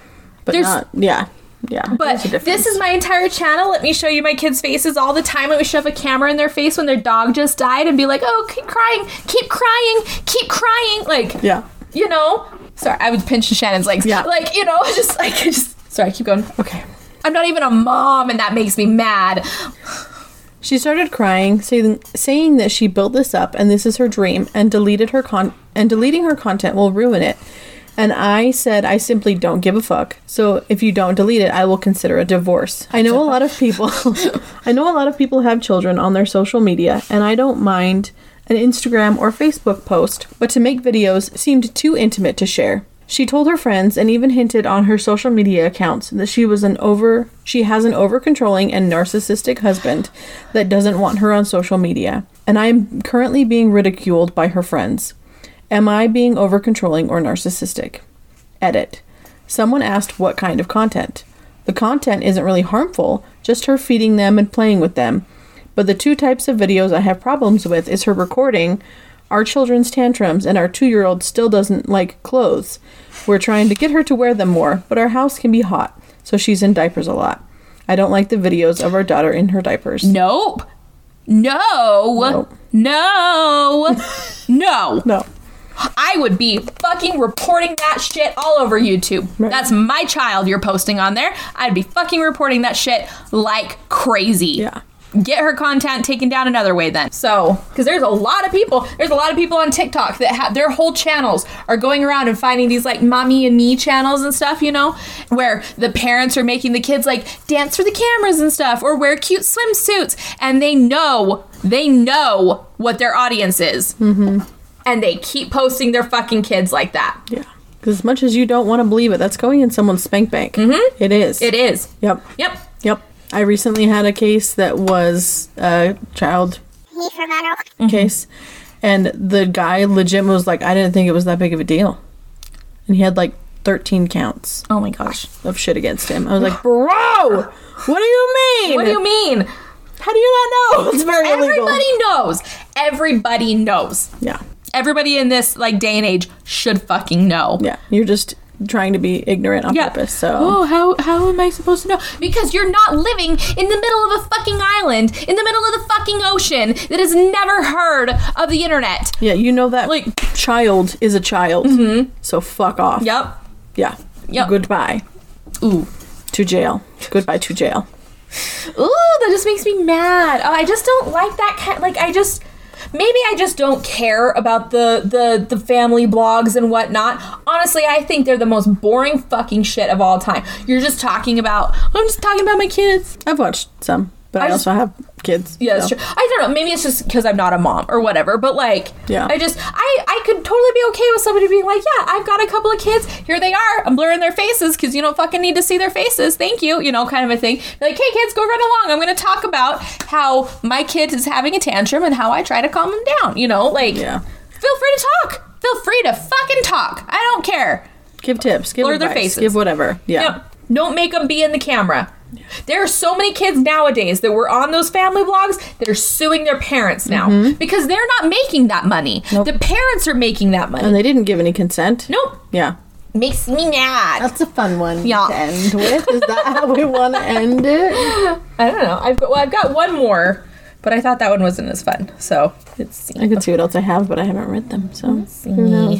but
there's-
not, yeah, yeah.
But
there's a difference.
this is my entire channel. Let me show you my kids' faces all the time. Let me shove a camera in their face when their dog just died and be like, oh, keep crying, keep crying, keep crying. Like,
yeah.
you know, sorry, I was pinching Shannon's legs.
Yeah.
Like, you know, just like, just, sorry, keep going.
Okay.
I'm not even a mom and that makes me mad.
She started crying, saying saying that she built this up and this is her dream, and deleted her con and deleting her content will ruin it. And I said I simply don't give a fuck. So if you don't delete it, I will consider a divorce. I know a lot of people. I know a lot of people have children on their social media, and I don't mind an Instagram or Facebook post, but to make videos seemed too intimate to share. She told her friends and even hinted on her social media accounts that she was an over she has an overcontrolling and narcissistic husband that doesn't want her on social media. And I am currently being ridiculed by her friends. Am I being overcontrolling or narcissistic? Edit. Someone asked what kind of content. The content isn't really harmful, just her feeding them and playing with them. But the two types of videos I have problems with is her recording our children's tantrums and our 2-year-old still doesn't like clothes. We're trying to get her to wear them more, but our house can be hot, so she's in diapers a lot. I don't like the videos of our daughter in her diapers.
Nope. No. No. No.
No.
I would be fucking reporting that shit all over YouTube. That's my child you're posting on there. I'd be fucking reporting that shit like crazy.
Yeah.
Get her content taken down another way then. So, because there's a lot of people, there's a lot of people on TikTok that have their whole channels are going around and finding these like mommy and me channels and stuff, you know, where the parents are making the kids like dance for the cameras and stuff or wear cute swimsuits and they know, they know what their audience is and they keep posting their fucking kids like that.
Yeah. Because as much as you don't want to believe it, that's going in someone's spank bank. Mm-hmm. It is.
It is.
Yep.
Yep.
Yep. I recently had a case that was a child Mm-hmm.
He forgot her.
case, and the guy legit was like, I didn't think it was that big of a deal. And he had like 13 counts
Oh my gosh.
of shit against him. I was like, bro, what do you mean?
What do you mean?
How do you not know? It's very illegal.
Everybody knows. Everybody knows.
Yeah.
Everybody in this like day and age should fucking know.
Yeah. You're just trying to be ignorant on
Yeah.
purpose. So,
Oh, how how am I supposed to know? Because you're not living in the middle of a fucking island, in the middle of the fucking ocean that has never heard of the internet.
yeah, you know that
Like-
child is a child. So fuck off.
Yep.
Yeah.
Yep.
Goodbye
Ooh.
to jail. Goodbye to jail.
Ooh, that just makes me mad. Oh, I just don't like that kind. Like, I just maybe I just don't care about the the the family blogs and whatnot. Honestly, I think they're the most boring fucking shit of all time. You're just talking about. I'm just talking about my kids.
I've watched some, but I,
I just-
also have kids.
Yeah, that's
so.
true. I don't know. Maybe it's just because I'm not a mom or whatever. But like,
Yeah.
I just I I could totally be okay with somebody being like, yeah, I've got a couple of kids. Here they are. I'm blurring their faces because you don't fucking need to see their faces. Thank you. You know, kind of a thing. Like, hey kids, go run along. I'm going to talk about how my kid is having a tantrum and how I try to calm him down. You know, like,
Yeah.
feel free to talk. Feel free to fucking talk. I don't care.
Give tips. Give
Blur
advice.
their faces.
Give whatever. Yeah.
Yep. Don't make them be in the camera. There are so many kids nowadays that were on those family blogs that are suing their parents now because they're not making that money. The parents are making that money.
And they didn't give any consent.
nope.
Yeah.
Makes me mad.
That's a fun one
Yeah.
to end with. Is that how we want to end it?
I don't know. I've got, well, I've got one more, but I thought that one wasn't as fun. So let's see.
I could see what else I have, but I haven't read them. So
Who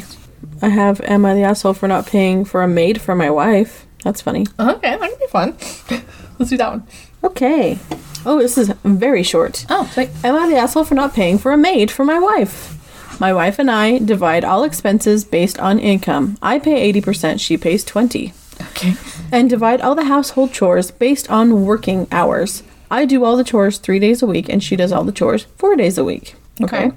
I have Am I the Asshole for Not Paying for a Maid for My Wife? That's funny.
Okay, that'd be fun. let's do that one.
Okay. Oh, this is very short.
Oh, wait.
Am I the asshole for not paying for a maid for my wife? My wife and I divide all expenses based on income. I pay 80%, she pays 20.
Okay.
And divide all the household chores based on working hours. I do all the chores 3 days a week and she does all the chores 4 days a week.
Okay.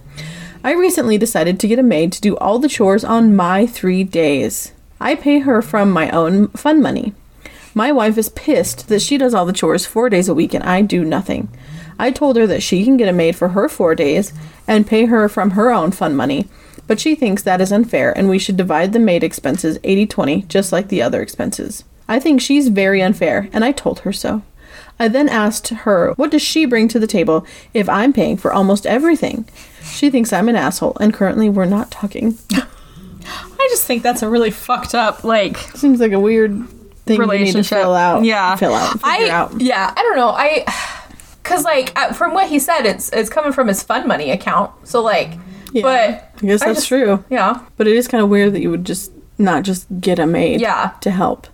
I recently decided to get a maid to do all the chores on my 3 days. I pay her from my own fun money. My wife is pissed that she does all the chores four days a week and I do nothing. I told her that she can get a maid for her four days and pay her from her own fun money, but she thinks that is unfair and we should divide the maid expenses 80 20 just like the other expenses. I think she's very unfair and I told her so. I then asked her what does she bring to the table if I'm paying for almost everything. She thinks I'm an asshole and currently we're not talking.
I just think that's a really fucked up, like,
Seems like a weird thing you need to
relationship
fill out.
yeah
Fill out. Figure
I,
out.
yeah i don't know i because like uh, from what he said it's it's coming from his fun money account so like but
I guess that's
just-
true.
yeah
But it is kind of weird that you would just not just get a maid
Yeah.
to help.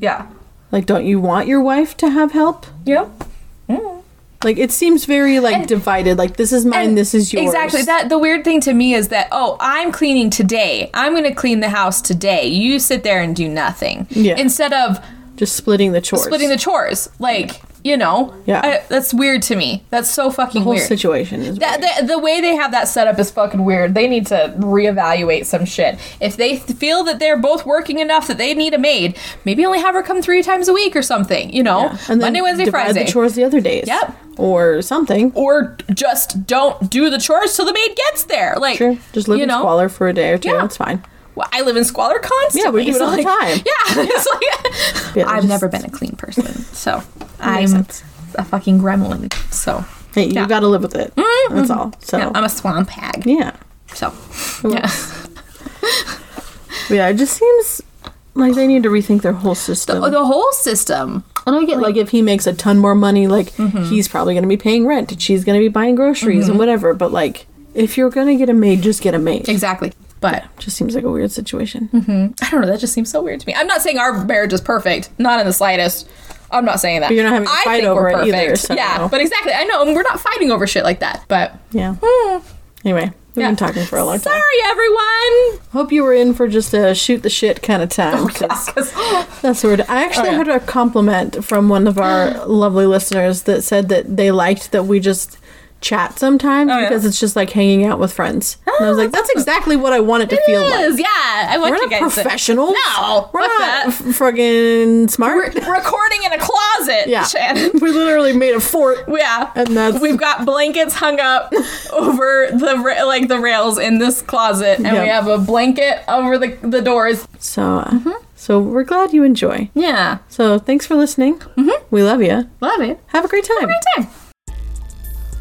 yeah
Like, don't you want your wife to have help?
yeah
Like, it seems very like divided. Like, this is mine, this is yours.
Exactly. That the weird thing to me is that oh, I'm cleaning today. I'm going to clean the house today. You sit there and do nothing.
Yeah.
Instead of
just splitting the chores.
splitting the chores. Like you know,
Yeah.
I- that's weird to me. That's so fucking
The whole
weird.
situation is
That,
weird.
the, the way they have that set up is fucking weird. They need to reevaluate some shit. If they th- feel that they're both working enough that they need a maid, maybe only have her come three times a week or something. You know,
Yeah. And then
Monday, Wednesday,
divide
Friday,
The chores the other days.
Yep.
Or something.
or just don't do the chores till the maid gets there. Like,
Sure. Just live
you
in
know,
squalor for a day or two.
Yeah.
It's fine.
Well, I live in squalor constantly.
Yeah, we do it
so,
all the
like,
time.
Yeah, it's like
Yeah,
I've
just-
never been a clean person, so
makes
I'm a fucking gremlin. So
Hey, you
Yeah. Mm-hmm.
got to live with it. That's all. So
yeah,
yeah.
I'm a swamp hag.
Oh. yeah.
So yeah.
it just seems like they need to rethink their whole system.
Oh, the whole system.
and I get like, if he makes a ton more money, like
Mm-hmm.
he's probably going to be paying rent and she's going to be buying groceries and whatever. But like, if you're going to get a maid, just get a maid.
Exactly. But Mm-hmm.
Just seems like a weird situation.
I don't know. That just seems so weird to me. I'm not saying our marriage is perfect, not in the slightest. I'm not saying that.
But you're not having a
I
fight
think
over
we're
it either,
perfect.
so-
Yeah, but exactly. I know and we're not fighting over shit like that. But
Yeah. Anyway, we've
Mm-hmm. yeah.
been talking for a long time.
Sorry, everyone.
Hope you were in for just a shoot the shit kind of time. 'cause
Oh, 'Cause- Oh,
That's weird. I actually
yeah.
heard a compliment from one of our lovely listeners that said that they liked that we just chat sometimes
Oh, yeah?
because it's just like hanging out with friends. and I was like, that's exactly what I want it to feel like.
is, yeah. I want
We're
you
not
guys to-
professionals.
No,
we're
fuck
not
that.
f- friggin' smart.
recording in a closet,
yeah,
Shannon.
we literally made a fort.
Yeah,
And that's-
we've got blankets hung up over the ra- like the rails in this closet, and
Yeah.
we have a blanket over the the doors.
So, uh,
Mm-hmm.
so we're glad you enjoy.
Yeah,
So, thanks for listening.
Mm-hmm.
We love you.
love it.
Have a great time.
Time.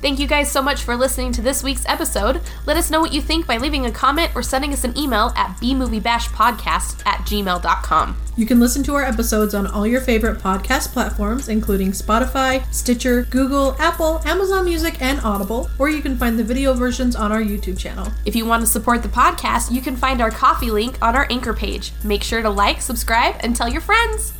Thank you guys so much for listening to this week's episode. Let us know what you think by leaving a comment or sending us an email at bmoviebashpodcast at gmail.com.
You can listen to our episodes on all your favorite podcast platforms, including Spotify, Stitcher, Google, Apple, Amazon Music, and Audible, or you can find the video versions on our YouTube channel.
If you want to support the podcast, you can find our coffee link on our anchor page. Make sure to like, subscribe, and tell your friends.